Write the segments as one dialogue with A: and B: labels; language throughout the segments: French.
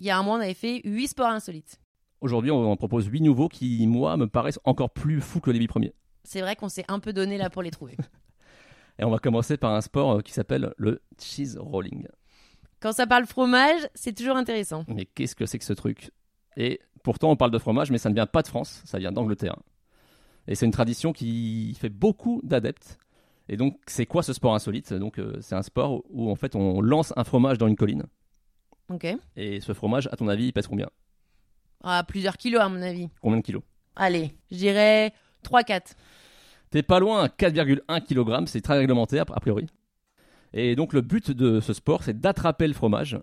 A: Il y a un mois, on avait fait 8 sports insolites.
B: Aujourd'hui, on en propose 8 nouveaux qui, moi, me paraissent encore plus fous que les 8 premiers.
A: C'est vrai qu'on s'est un peu donné là pour les trouver.
B: Et on va commencer par un sport euh, qui s'appelle le cheese rolling.
A: Quand ça parle fromage, c'est toujours intéressant.
B: Mais qu'est-ce que c'est que ce truc Et pourtant, on parle de fromage, mais ça ne vient pas de France, ça vient d'Angleterre. Et c'est une tradition qui fait beaucoup d'adeptes. Et donc, c'est quoi ce sport insolite Donc, euh, c'est un sport où, en fait, on lance un fromage dans une colline.
A: Ok.
B: Et ce fromage, à ton avis, il pèse combien
A: À Ah, plusieurs kilos, à mon avis.
B: Combien de kilos
A: Allez, je dirais 3-4.
B: T'es pas loin, 4,1 kg, c'est très réglementaire a priori. Et donc le but de ce sport, c'est d'attraper le fromage.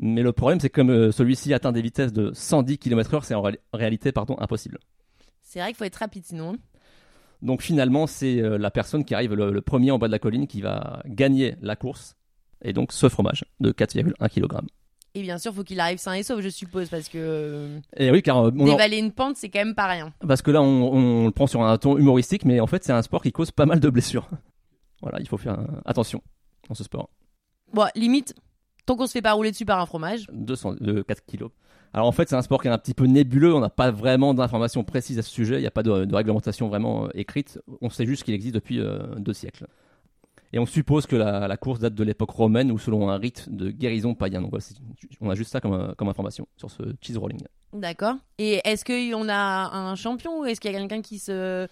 B: Mais le problème, c'est que comme euh, celui-ci atteint des vitesses de 110 km/h, c'est en ré- réalité pardon, impossible.
A: C'est vrai qu'il faut être rapide sinon.
B: Donc finalement, c'est euh, la personne qui arrive le, le premier en bas de la colline qui va gagner la course. Et donc ce fromage de 4,1 kg.
A: Et bien sûr, faut qu'il arrive sain et sauf, je suppose, parce que euh,
B: Et oui, car euh, on en-
A: dévaler une pente, c'est quand même pas rien.
B: parce que là, on, on le prend sur un ton humoristique, mais en fait, c'est un sport qui cause pas mal de blessures. voilà, il faut faire euh, attention dans ce sport.
A: Bon, limite, tant qu'on se fait pas rouler dessus par un fromage.
B: 200, de 4 kilos. Alors en fait, c'est un sport qui est un petit peu nébuleux. On n'a pas vraiment d'informations précises à ce sujet. Il n'y a pas de, de réglementation vraiment euh, écrite. On sait juste qu'il existe depuis euh, deux siècles. Et on suppose que la, la course date de l'époque romaine ou selon un rite de guérison païen. Donc voilà, c'est- on a juste ça comme, euh, comme information sur ce cheese rolling.
A: D'accord. Et est-ce qu'on a un champion ou est-ce qu'il y a quelqu'un qui se.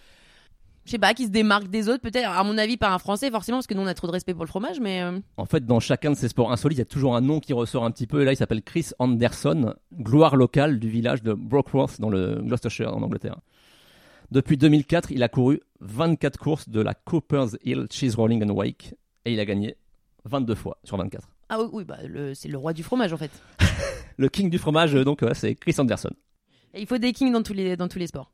A: Je sais pas, qui se démarque des autres, peut-être. À mon avis, pas un français, forcément, parce que nous, on a trop de respect pour le fromage, mais. euh,
B: En fait, dans chacun de ces sports insolites, il y a toujours un nom qui ressort un petit peu. Et là, il s'appelle Chris Anderson, gloire locale du village de Brockworth dans le Gloucestershire, en Angleterre. Depuis 2004, il a couru 24 courses de la Cooper's Hill Cheese Rolling and Wake et il a gagné 22 fois sur 24.
A: Ah oui, oui, bah, le- c'est le roi du fromage, en fait.
B: Le king du fromage, euh, donc, euh, c'est Chris Anderson.
A: Et il faut des kings dans tous les, dans tous les sports.